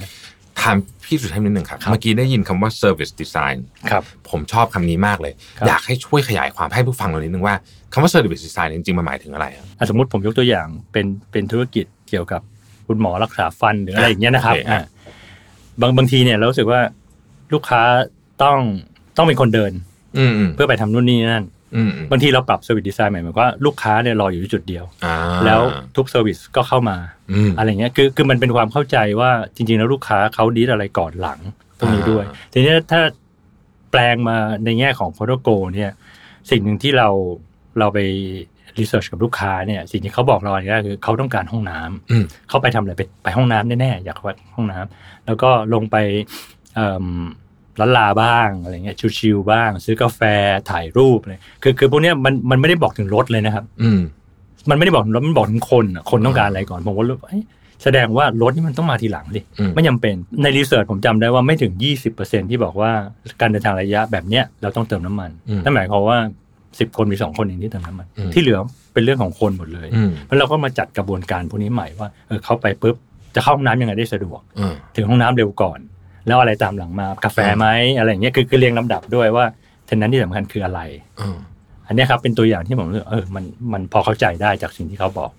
S3: ถามพี่สุเทพนิดหนึ่งครับ
S4: ครับ
S3: เมื่อกี้ได้ยินคำว่า service design
S4: ครับ
S3: ผมชอบคำนี้มากเลย
S4: ครับ
S3: อยากให้ช่วยขยายความให้ผู้ฟังเรานิดนึงว่าคำว่า service design จริงๆมันหมายถึงอะไรครับ
S4: อ่ะสมมติผมยกตัวอย่างเป็นเป็นธุรกิจเกี่ยวกับคุณหมอรักษาฟันหรืออะไรอย่างเงี้ยนะครับ
S3: โอเค
S4: อ่ะบางบางทีเนี่ยเรารู้สึกว่าลูกค้าต้องต้องเป็นคนเดิน
S3: อืมอืม
S4: เพื่อไปทำนู่นนี่นั่น
S3: อืมอืม
S4: บางทีเราปรับเซอร์วิสดีไซน์ใหม่หมายความว่าลูกค้าเนี่ยรออยู่ที่จุดเดียว
S3: อ่า
S4: แล้วทุกเซอร์วิสก็เข้ามา
S3: อืม
S4: อะไรเงี้ยคือคือมันเป็นความเข้าใจว่าจริง ๆ แล้วลูกค้าเขาดีดอะไรก่อนหลังตรงนี้ด้วย
S3: อ่
S4: ทีนี้ถ้าแปลงมาในแง่ของโปรโตโกเนี่ยสิ่งหนึ่งที่เราเราไป รีเสิร์ชกับลูกค้าเนี่ยสิ่งที่เขาบอกเราอันแรกคือเขาต้องการห้องน้ำ
S3: อืม
S4: เขาไปทำอะไรไปไปห้องน้ำแน่ๆอยากวัดห้องน้ำแล้วก็ลงไปเอิ่มล้านลาบ้างอะไรเงี้ยชิวๆบ้าง ซื้อกาแฟถ่ายรูปเลยคือคือพวกเนี้ยมันมันไม่ได้บอกถึงรถเลยนะครับ
S3: อืม
S4: มันไม่ได้บอกถึงรถมันบอกถึงคนอะคนต้องการอะไรก่อนผมก็รู้เอ้ยแสดงว่ารถนี่มันต้องมาทีหลังดิ
S3: อืม
S4: ไม่จำเป็นในรีเสิร์ชผมจำได้ว่าไม่ถึง 20%ที่บอกว่าการเดินทางระยะแบบเนี้ยเราต้องเติมน้ำมัน
S3: อืม
S4: นั่นหมายความว่า 10 คนมี 2 คนเองที่เติมน้ำมัน
S3: อืม
S4: ที่เหลือเป็นเรื่องของคนหมดเลย
S3: อืม
S4: เพราะเราก็มาจัดกระบวนการพวกนี้ใหม่ว่าเออเข้าไปปุ๊บจะเข้าห้องน้ำยังไงได้สะดวก
S3: อืม
S4: ถึงห้องน้ำเร็วก่อน แล้วอะไรตามหลังมากาแฟไหมอะไรอย่างเงี้ยคือคือเรียงลำดับด้วยว่าเทนนั้นที่สำคัญคืออะไร
S3: อืม
S4: อันเนี้ยครับเป็นตัวอย่างที่ผมรู้สึกเออมันมันพอเข้าใจได้จากสิ่งที่เขาบอก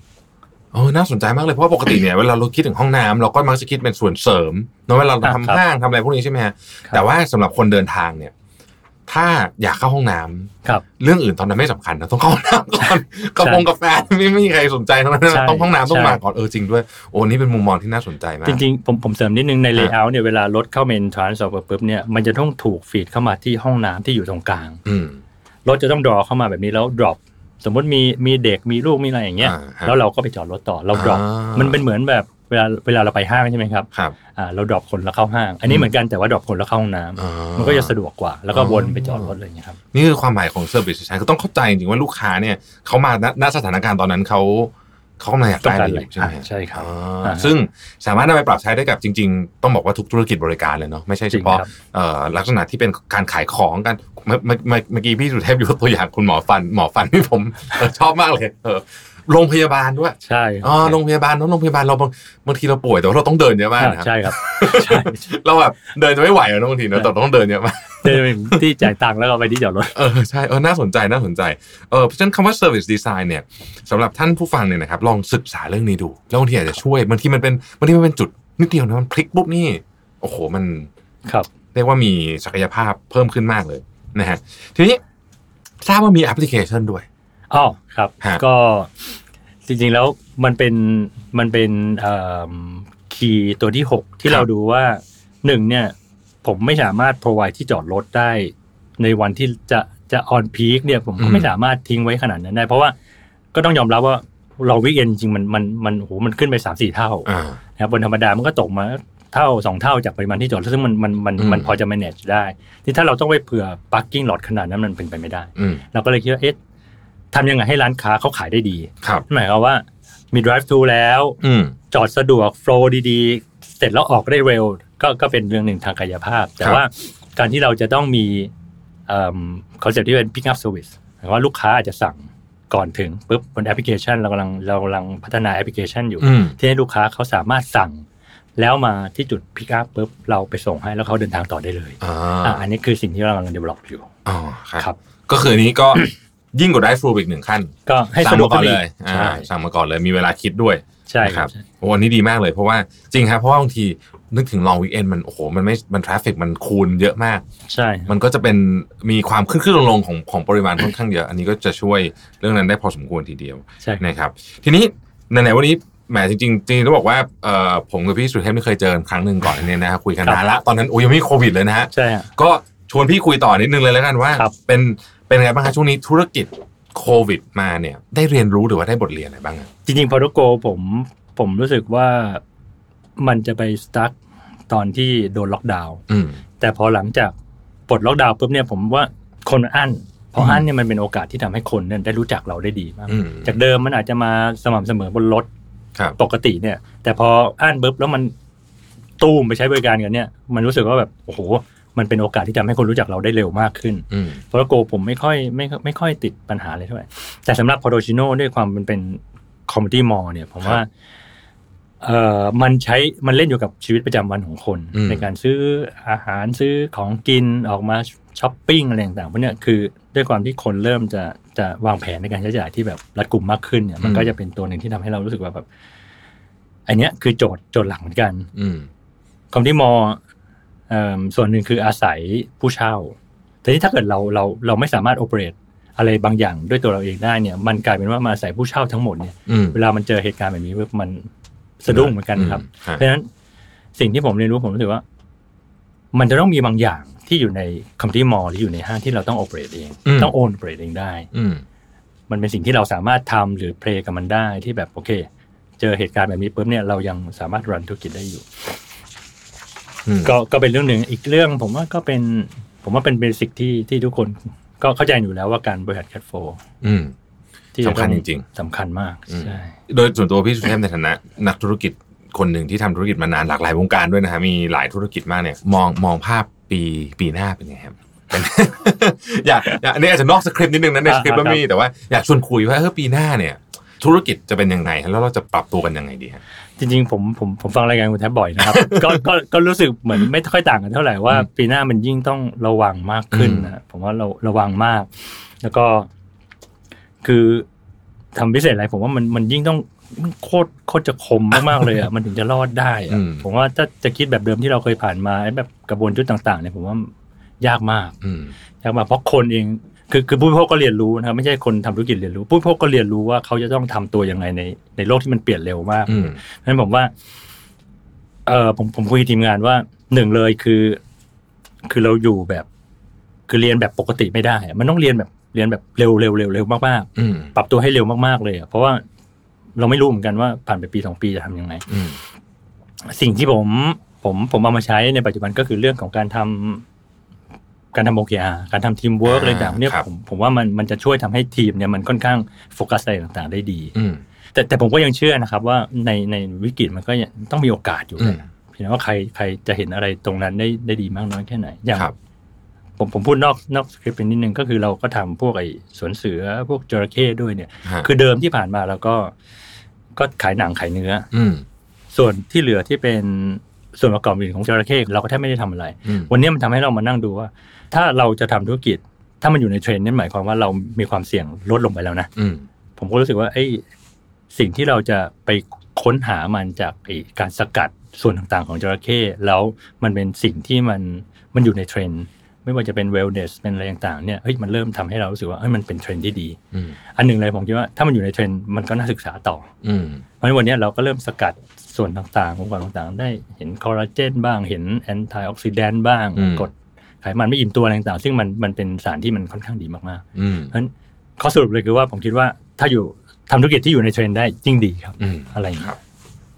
S3: เออน่าสนใจมากเลยเพราะว่าปกติเนี่ย เวลาเราคิดถึงห้องน้ำเราก็มักจะคิดเป็นส่วนเสริมเนอะเวลาเรา
S4: ครับ
S3: ทำห้างทำอะไรพวกนี้ใช่ไหมฮะ
S4: ครับ
S3: แต่ว่าสำหรับคนเดินทางเนี่ย ถ้าอยากเข้าห้องน้ำ
S4: ครับ
S3: เรื่องอื่นตอนนั้นไม่สำคัญนะต้องเข้าห้องน้ำก่อนกระโปรงกาแฟไม่ไม่มีใครสนใจทั้งนั้นนะ
S4: ใช่
S3: ต้องห้องน้ำต้อง
S4: ใช่
S3: มาก่อนเออจริงด้วยโอ้นี่เป็นมุมมองที่น่าสนใจมาก
S4: จริงๆผมผมเสริมนิดนึงในเลเยอร์เนี่ยเวลารถเข้าเมนทรานส์ออกมาปุ๊บเนี่ยมันจะต้องถูกฟีดเข้ามาที่ห้องน้ำที่อยู่ตรงกลาง
S3: อืม
S4: รถจะต้องดรอเข้ามาแบบนี้แล้วดรอปสมมติมีมีเด็กมีลูกมีอะไรอย่างเงี้ย
S3: อ่าฮะ
S4: แล้วเราก็ไปจอดรถต่อเราดรอป
S3: อ่ามั
S4: มันเป็นเหมือนแบบเวลาเวลาเราไปห้างใช่ไหมครับ
S3: ครับ
S4: อ่าเราดรอปคนแล้วเข้าห้าง อันนี้เหมือนกันแต่ว่าดรอปคนแล้วเข้าห้องน้ำ
S3: อ่า
S4: มันก็จะสะดวกกว่า แล้วก็
S3: อ๋อ
S4: วนไปจอดรถเลยอย่างเงี้ยครับ
S3: นี่คือความหมายของเซอร์วิสใช่คือต้องเข้าใจจริงๆว่าลูกค้าเนี่ยเขามาณณสถานการณ์ตอนนั้นเขาเขากำลังอยากได้อะไรอยู่
S4: ต้องการอะไร
S3: ใช่ไหมฮะ
S4: อ่ะใช่ครับ
S3: อ๋อ
S4: อ่า
S3: ซึ่งสามารถนำไปปรับใช้ได้กับจริง ๆ ต้องบอกว่าทุกธุรกิจบริการเลยเนาะไม่ใช่เฉพาะ
S4: จริงครับ
S3: เอ่อลักษณะที่เป็นการขายของกันเมื่อเมื่อเมื่อเมื่อกี้พี่สุเทพยกตัวอย่างคุณหมอฟันหมอฟันที่ผม เออชอบมากเลยเออโรงพยาบาลด้วย
S4: ใช่
S3: อ๋อโรงพยาบาลเนอะโรงพยาบาลเราบางบางทีเราป่วยแต่ว่าเราต้องเดินเยอะมาก
S4: อ่า
S3: นะครับ
S4: ใช่ครับ ใช่
S3: เราแบบเดินจะไม่ไหวแล้วบางทีเนอะแต่เราต้องเดินเยอะมาก
S4: เดินไปที่จ่ายตังค์แล้วก็ไปที่จอดรถ
S3: เออใช่เออน่าสนใจน่าสนใจเออเพราะฉะนั้นคำว่า service design เนี่ยสำหรับท่านผู้ฟังเนี่ยนะครับลองศึกษาเรื่องนี้ดู แล้วบางทีอาจจะช่วยบางทีมันเป็นบางทีมันเป็นจุดนิดเดียวนะมันพลิกปุ๊บนี่โอ้โหมัน
S4: ครับ
S3: เรียกว่ามีศักยภาพเพิ่มขึ้นมากเลยนะฮะทีนี้ทราบว่ามีแอปพลิเคชันด้วย
S4: อ๋อครับ
S3: ฮะ
S4: ก็จริงๆแล้วมันเป็นมันเป็นคีย์ตัวที่ 6 ที่เราดูว่าหนึ่งเนี่ย ผมไม่สามารถ provide ที่จอดรถได้ ในวันที่จะจะ on peak เนี่ยผมก็ไม่สามารถทิ้งไว้ขนาดนั้นได้ เพราะว่าก็ต้องยอมรับว่าเราวิกเอนจริงๆมันมันมันโหมันขึ้นไปสามสี่เท่า
S3: อ่า
S4: นะครับบนธรรมดามันก็ตกมาเท่าสองเท่าจากปริมาณที่จอดรถซึ่งมันมันมัน
S3: อืม
S4: มันพอจะ manage ได้ที่ถ้าเราต้องไปเผื่อ parking lot ขนาดนั้นมันเป็นไปไม่ได้
S3: อืม
S4: เราก็เลยคิดว่าเอ๊ะทำยังไงให้ร้านค้าเขาขายได้ดี
S3: ครับ
S4: หมายความว่ามี drive thru แล้ว
S3: อืม
S4: จอดสะดวก flow ดีๆ เสร็จแล้วออกได้เร็ว ก็ก็เป็นเรื่องหนึ่งทางกายภาพ แต่
S3: ครับ
S4: ว่าการที่เราจะต้องมีคอนเซ็ปที่เป็น pick up service หมายความว่าลูกค้าอาจจะสั่งก่อนถึงปุ๊บบนแอปพลิเคชันเรากำลังเรากำลังพัฒนาแอปพลิเคชันอยู่
S3: อืม
S4: ที่ให้ลูกค้าเขาสามารถสั่ง แล้วมาที่จุด pick up ปุ๊บเราไปส่งให้แล้วเขาเดินทางต่อได้เลย
S3: อ่า
S4: อ่ะอันนี้คือสิ่งที่เรากำลัง develop อยู่
S3: อ๋อค
S4: ครั
S3: รับ
S4: บ
S3: ก็คืออันนี้ก็ ยิ่งกว่าได้ฟลูอีกหนึ่งขั้น
S4: ก็ให้
S3: สั่
S4: สะ
S3: ง
S4: ดวก
S3: มาก่อน
S4: ขึ้น
S3: เล
S4: อี
S3: ย
S4: ก
S3: อ่า
S4: ใช่
S3: สั่งมาก่อนเลยมีเวลาคิดด้วย
S4: ใช่
S3: นะ
S4: ค
S3: ค
S4: รั
S3: รับ บโอ้อันนี้ดีมากเลยเพราะว่าจริงครับเพราะว่าบางทีนึกถึงลองวีคเอนมันโอ้โหมันไม่มันทราฟฟิกมันคูณเยอะมาก
S4: ใช่ครับ
S3: มันก็จะเป็นมีความขึ้นขึ้นลงลงของของปริมาณค่อนข้างเยอะ อันนี้ก็จะช่วยเรื่องนั้นได้พอสมควรทีเดียว
S4: ใช่ครับ
S3: นะครับ ทีนี้ไหนๆวันนี้แหมจริงๆจริงๆต้องบอกว่าเอ่อผมกับพี่สุเทพนี่เคยเจอกันครั้งหนึ่งก่อนอันเนี่ยนะฮะคุยกันนานละตอนนั้นโอ้ยยังไม่มีโควิดเลยนะฮะ
S4: ใช่ฮะ
S3: ก็ชวนพี่คุยต่อนิดนึงเลยแล้วกันว่า
S4: ครับ
S3: เป็นเป็นไงบ้างคะช่วงนี้ธุรกิจโควิดมาเนี่ยได้เรียนรู้หรือว่าได้บทเรียนอะไรบ้างอะ
S4: จริงๆพอรโกผมผมรู้สึกว่ามันจะไปสตาร์ทตอนที่โดนล็อกดาวน์
S3: อืม
S4: แต่พอหลังจากปลดล็อกดาวน์ปุ๊บเนี่ยผมว่าคนอั้นพออั้นเนี่ยมันเป็นโอกาสที่ทำให้คนเนี่ยได้รู้จักเราได้ดีมาก
S3: อืม
S4: จากเดิมมันอาจจะมาสม่ำเสมอบนรถ
S3: ครับ
S4: ปกติเนี่ย แต่พออ่านปุ๊บแล้วมันตูมไปใช้บริการกันเนี่ย มันรู้สึกว่าแบบโอ้โห มันเป็นโอกาสที่ทำให้คนรู้จักเราได้เร็วมากขึ้น
S3: อืม
S4: โปรโกผมไม่ค่อยไม่ค่อยไม่ค่อยติดปัญหาเลยเท่าไหร่แต่สำหรับพอโดชิโนด้วยความมันเป็นคอมเมดี้มอลเนี่ย ผมว่าเอ่อมันใช้มันเล่นอยู่กับชีวิตประจำวันของคน
S3: อืม
S4: ในการซื้ออาหารซื้อของกินออกมาช้อปปิ้งอะไรต่างๆพวกเนี้ยคือด้วยความที่คนเริ่มจะจะวางแผนในการใช้จ่ายที่แบบรัดกุมมากขึ้นเนี่ยมันก็จะเป็นตัวหนึ่งที่ทำให้เรารู้สึกว่าแบบอันเนี้ยคือโจทย์โจทย์หลักเหมือนกัน
S3: อืม
S4: คอมที่มอลเอิ่มส่วนหนึ่งคืออาศัยผู้เช่า แต่ที่ถ้าเกิดเราเราเราไม่สามารถโอเปเรตอะไรบางอย่างด้วยตัวเราเองได้เนี่ย มันกลายเป็นว่ามาอาศัยผู้เช่าทั้งหมดเนี่ย
S3: อืม
S4: เวลามันเจอเหตุการณ์แบบนี้ปุ๊บมันสะดุ้งเหมือนกันครับ
S3: อืมครับ
S4: เพราะฉะนั้นสิ่งที่ผมเรียนรู้ผมรู้สึกว่า มันจะต้องมีบางอย่างที่อยู่ในคอมที่มอลหรืออยู่ในห้างที่เราต้องโอเปเรตเอง
S3: อืม
S4: ต้องโอนโอเปเรตเองได้
S3: อืม
S4: มันเป็นสิ่งที่เราสามารถทำหรือเพลย์กับมันได้ที่แบบโอเค เจอเหตุการณ์แบบนี้ปุ๊บเนี่ยเรายังสามารถรันธุรกิจได้อยู่
S3: อืม
S4: ก็ก็เป็นเรื่องหนึ่งอีกเรื่องผมว่าก็เป็น ผมว่าเป็นเบสิกที่ที่ทุกคนก็เข้าใจอยู่แล้วว่าการบริหารแคดโฟ
S3: อืม
S4: ที่
S3: สำคัญจริง
S4: ๆสำคัญมาก
S3: อืม
S4: ใช่
S3: โดยส่วนตัวพี่สุเทพในฐานะ นักธุรกิจคนหนึ่งที่ทำธุรกิจมานานหลากหลายวงการด้วยนะฮะมีหลายธุรกิจมากเนี่ย มองมองภาพปีปีหน้าเป็นไงครับ อยากอยากอันนี้อาจจะนอกสคริปต์นิดนึงนะในสคริปต์มันไม่มีแต่ว่าอยากชวนคุยว่าเออปีหน้าเนี่ย ธุรกิจจะเป็นยังไงแล้วเราจะปรับตัวกันยังไงดีฮะ
S4: จริง ๆ ผมผมผมฟังรายการคุณแทบบ่อย นะครับ ก็ก็ก็รู้สึกเหมือนไม่ค่อยต่างกันเท่าไหร่ว่า
S3: อืม
S4: ปีหน้ามันยิ่งต้องระวังมากขึ้น
S3: อืม
S4: นะผมว่าเราระวังมาก แล้วก็คือทำพิเศษอะไรผมว่ามันมันยิ่งต้องมันโคตรโคตรจะคมมากๆเลยอ่ะ มันถึงจะรอดได้อะ
S3: อืม
S4: ผมว่าถ้าจะคิดแบบเดิมที่เราเคยผ่านมาไอ้แบบกระบวนชุดต่างๆเนี่ยผมว่ายากมาก
S3: อืม
S4: อยากมาเพราะคนเองคือคือผู้บริโภคก็เรียนรู้นะครับไม่ใช่คนทำธุรกิจเรียนรู้ผู้บริโภคก็เรียนรู้ว่าเขาจะต้องทำตัวยังไงในในโลกที่มันเปลี่ยนเร็วมาก
S3: อืม
S4: นั้นผมว่าเออผมผมคุยกับทีมงานว่าหนึ่งเลยคือ คือเราอยู่แบบ คือเรียนแบบปกติไม่ได้อะมันต้องเรียนแบบเรียนแบบเร็วเร็วเร็วเร็วมาก
S3: อืม
S4: ๆปรับตัวให้เร็วมากๆเลยอะเพราะว่าเราไม่รู้เหมือนกันว่าผ่านไปปีสองปีจะทำยังไง
S3: อืม
S4: สิ่งที่ผมผมผมเอามาใช้ในปัจจุบันก็คือเรื่องของการทำการทำโอเคอาการทำทีมเวิร์ก
S3: อ่า
S4: อะไรต่างๆเนี่ย
S3: ครับ
S4: ผมผมว่ามันมันจะช่วยทำให้ทีมเนี่ยมันค่อนข้างโฟกัสอะไรต่างๆ ได้ดี
S3: อืม
S4: แต่แต่ผมก็ยังเชื่อนะครับว่าในในวิกฤตมันก็ยังต้องมีโอกาสอยู่
S3: อืม
S4: แหละเพียงแต่ว่าใครใครจะเห็นอะไรตรงนั้นได้ได้ดีมากน้อยแค่ไหนอย่าง
S3: ครับ
S4: ผมผมพูดนอกนอกสคริปต์ไปนิดนึงก็คือเราก็ทำพวกไอ้สวนเสือพวกจระเข้ด้วยเนี่ย
S3: ฮะ
S4: คือเดิมที่ผ่านมาเราก็ก็ขายหนังขายเนื้อ
S3: อืม
S4: ส่วนที่เหลือที่เป็นส่วนประกอบอื่นของจระเข้เราก็แทบไม่ได้ทำอะไร
S3: อืม
S4: วันนี้มันทำให้เรามานั่งดูว่า ถ้าเราจะทำธุรกิจ ถ้ามันอยู่ในเทรนด์นั่นหมายความว่าเรามีความเสี่ยงลดลงไปแล้วนะ
S3: อืม
S4: ผมก็รู้สึกว่าไอ้สิ่งที่เราจะไปค้นหามันจากไอ้การสกัดส่วนต่างๆของจระเข้แล้วมันเป็นสิ่งที่มันมันอยู่ในเทรนด์ไม่ว่าจะเป็น wellness เป็นอะไรต่างๆเนี่ยเฮ้ยมันเริ่มทำให้เรารู้สึกว่าเฮ้ยมันเป็นเทรนด์ที่ดี
S3: อืม
S4: อันหนึ่งเลยผมคิดว่าถ้ามันอยู่ในเทรนด์มันก็น่าศึกษาต่อ
S3: อืม
S4: เพราะฉะนั้นวันนี้เราก็เริ่มสกัดส่วนต่างๆ องค์กรต่างๆ ได้เห็นคอลลาเจนบ้างเห็นแอนตี้ออกซิแดนต์บ้าง
S3: อืม
S4: กรดไขมันไม่อิ่มตัวอะไรต่างๆ ซึ่งมันมันเป็นสารที่มันค่อนข้างดีมากๆ
S3: อืม
S4: เพราะฉะนั้นข้อสรุปเลยคือว่าผมคิดว่าถ้าอยู่ทำธุรกิจที่อยู่ในเทรนด์ได้ยิ่งดีครับ
S3: อืม
S4: อะไรอย่างเงี้ย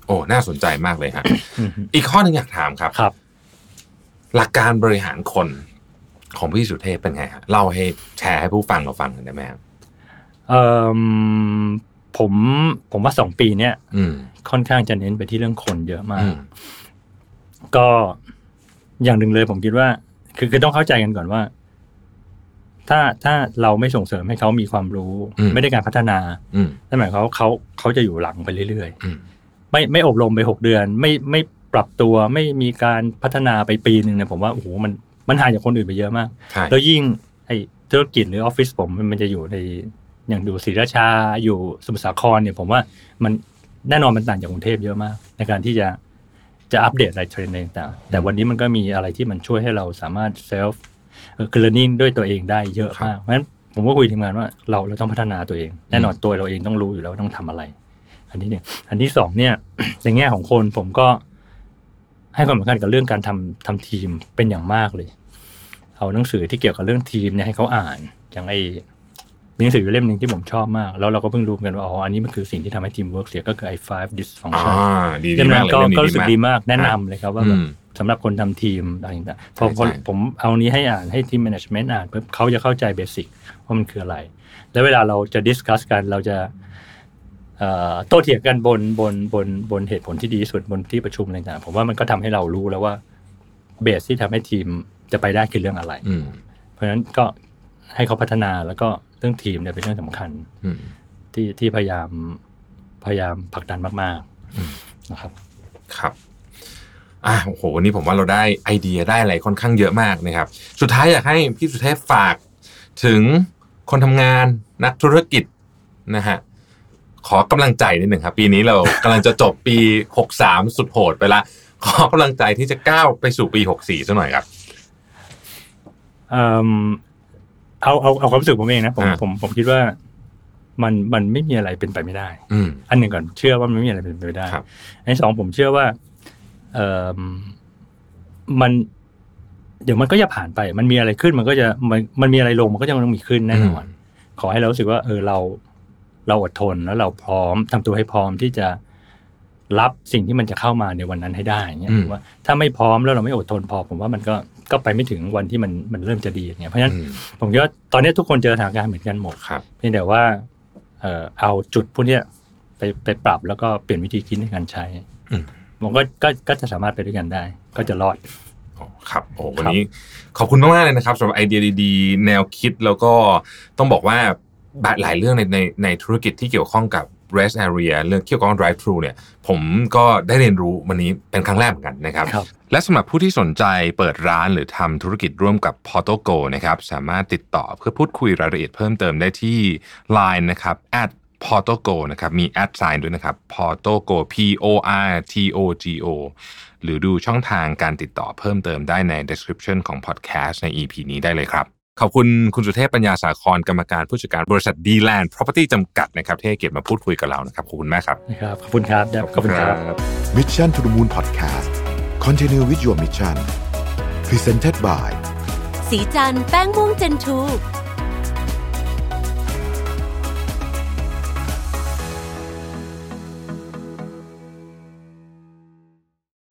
S3: โอ้น่าสนใจมากเลยฮะ
S4: อืมฮึ
S3: อีกข้อหนึ่งอยากถามครับ
S4: ครับ
S3: หลักการบริหารคนของพี่สุเทพเป็นไงฮะเล่าให้แชร์ให้ผู้ฟังเราฟังหน่อยได้ไหมครับ
S4: เอ่มผมผมว่าสองปีเนี้ย
S3: อืม
S4: ค่อนข้างจะเน้นไปที่เรื่องคนเยอะมา
S3: อื
S4: ก
S3: ม
S4: ก็อย่างหนึ่งเลยผมคิดว่า คือคือต้องเข้าใจกันก่อนว่า ถ้าถ้าเราไม่ส่งเสริมให้เขามีความรู้ ไม่ได้การพัฒนา
S3: อืม
S4: นั่นหมายความว่าเขาเขาจะอยู่หลังไปเรื่อย
S3: อืม
S4: ๆ ไม่ไม่อบรมไปหกเดือน ไม่ไม่ปรับตัวไม่มีการพัฒนาไปปีหนึ่งเนี่ยผมว่าโอ้โหมันมันห่างจากคนอื่นไปเยอะมาก
S3: ใช่
S4: แล้วยิ่งไอธุรกิจหรือออฟฟิศผมมันมันจะอยู่ในอย่างดูศรีราชาอยู่สมุทรสาครเนี่ยผมว่ามันแน่นอนมันต่างจากกรุงเทพเยอะมาก ในการที่จะจะอัปเดตอะไรเทรนด์อะไรต่างๆแต่วันนี้มันก็มีอะไรที่มันช่วยให้เราสามารถเซลฟ์คือเรียนรู้ด้วยตัวเองได้เยอะมากเพราะฉะนั้นผมก็คุยทีมงานว่าเราเราต้องพัฒนาตัวเอง แน่นอนตัวเราเองต้องรู้อยู่แล้วว่าต้องทำอะไร อันที่หนึ่งอันที่สองเนี่ย ในแง่ของคนผมก็ให้ความสำคัญกับเรื่องการทำทำทีมเป็นอย่างมากเลย เอาหนังสือที่เกี่ยวกับเรื่องทีมเนี่ยให้เขาอ่าน อย่างไอ้มีหนังสืออยู่เล่มหนึ่งที่ผมชอบมาก แล้วเราก็เพิ่งรู้กันว่าอ๋ออันนี้มันคือสิ่งที่ทำให้ทีมเวิร์กเสียก็คือไอ้ five
S3: อ่า
S4: dysfunction
S3: ดีดี
S4: เล่ม
S3: มา
S4: นั้
S3: กเลย
S4: นก็
S3: เรื่องนี้
S4: ก็รู้สึกดี
S3: ดีมาก
S4: มากแนะนำเลยครับว่าแบ
S3: อื
S4: บ
S3: ม
S4: สำหรับคนทำทีมอะไรต่างๆพอพอ
S3: ใช่ใช่
S4: ผมเอานี้ให้อ่านให้ทีมแมネจเมนต์อ่านปุ๊บเขาจะเข้าใจเบสิกว่ามันคืออะไร แล้วเวลาเราจะดิสคัสกันเราจะเอ่อโต้เถียงกันบนบนบนบนเหตุผลที่ดีที่สุดบนที่ประชุมอะไรต่างๆผมว่ามันก็ทำให้เรารู้แล้วว่าเบสที่ทำให้ทีมจะไปได้คือเรื่องอะไร
S3: อืม
S4: เพราะฉะนั้นก็ให้เขาพัฒนาแล้วก็เรื่องทีมเนี่ยเป็นเรื่องสำคัญ
S3: อืม
S4: ที่ที่พยายามพยายามผลักดันมากๆนะครับ
S3: ครับอ่ะโอ้โหวันนี้ผมว่าเราได้ไอเดียได้อะไรค่อนข้างเยอะมากนะครับ สุดท้ายอยากให้พี่สุเทพฝากถึงคนทำงานนักธุรกิจนะฮะขอกำลังใจนิดหนึ่งครับ ปีนี้เรากำลังจะจบปี 63 สุดโหดไปละ ขอกำลังใจที่จะก้าวไปสู่ปี 64ซะหน่อยครับ
S4: เอิ่มเอาเอาเอาความรู้สึกผมเองนะผม
S3: อ่า
S4: ผมผมคิดว่ามันมันไม่มีอะไรเป็นไปไม่ได้
S3: อืม
S4: อันหนึ่งก่อนเชื่อว่ามันไม่มีอะไรเป็นไปไม่ได้
S3: ครับ
S4: อันที่สองผมเชื่อว่า เอ่มมัน เดี๋ยวมันก็จะผ่านไป มันมีอะไรขึ้นมันก็จะมันมันมีอะไรลงมันก็จะต้องมีขึ้นแน่นอน ขอให้เรารู้สึกว่า เออเราเราอดทนแล้วเราพร้อมทำตัวให้พร้อมที่จะรับสิ่งที่มันจะเข้ามาในวันนั้นให้ได้เนี่ย
S3: อืม
S4: ผมว่าถ้าไม่พร้อมแล้วเราไม่อดทนพอ ผมว่ามันก็ก็ไปไม่ถึงวันที่มันมันเริ่มจะดีอย่างเนี่ยเพราะฉะนั้น
S3: อืม
S4: ผมคิดว่าตอนนี้ทุกคนเจอสถานการณ์เหมือนกันหมด
S3: ครับ
S4: เพียงแต่ว่าเอ่อเอาจุดพวกเนี้ยไปไปปรับแล้วก็เปลี่ยนวิธีคิดในการใช้
S3: อืม
S4: มันก็ก็ก็จะสามารถไปด้วยกันได้ ก็จะรอด
S3: โอ้ครับโอ้
S4: ครับ
S3: วันนี้ขอบคุณมากๆเลยนะครับสำหรับไอเดียดีๆ แนวคิดแล้วก็ต้องบอกว่าหลายเรื่องในในในธุรกิจที่เกี่ยวข้องกับ rest area เรื่องเกี่ยวกับ drive thru เนี่ย ผมก็ได้เรียนรู้วันนี้เป็นครั้งแรกเหมือนกันนะครับ
S4: ครับ
S3: และสำหรับผู้ที่สนใจเปิดร้านหรือทำธุรกิจร่วมกับ p o t o g o นะครับสามารถติดต่อเพื่อพูดคุยรายละเอียดเพิ่มเติมได้ที่ Line นะครับ at p o t o g o นะครับมี at sign ด้วยนะครับ p o t o g o p o r t o g o หรือดูช่องทางการติดต่อเพิ่มเติมได้ใน description ของ podcast ใน EP นี้ได้เลยครับ ขอบคุณคุณสุเทพปัญญาสาครกรรมการผู้จัดการบริษัท d l a n d Property จำกัดนะครับที่ให้เกียรติมาพูดคุยกับเรานะครับขอบคุณมากครับ
S4: นะครับขอบคุณครับแดบขอบคุณครับ
S1: Mission to the Moon Podcast Continue with your mission Presented by
S2: สีจันแป้งม่วงเจนทู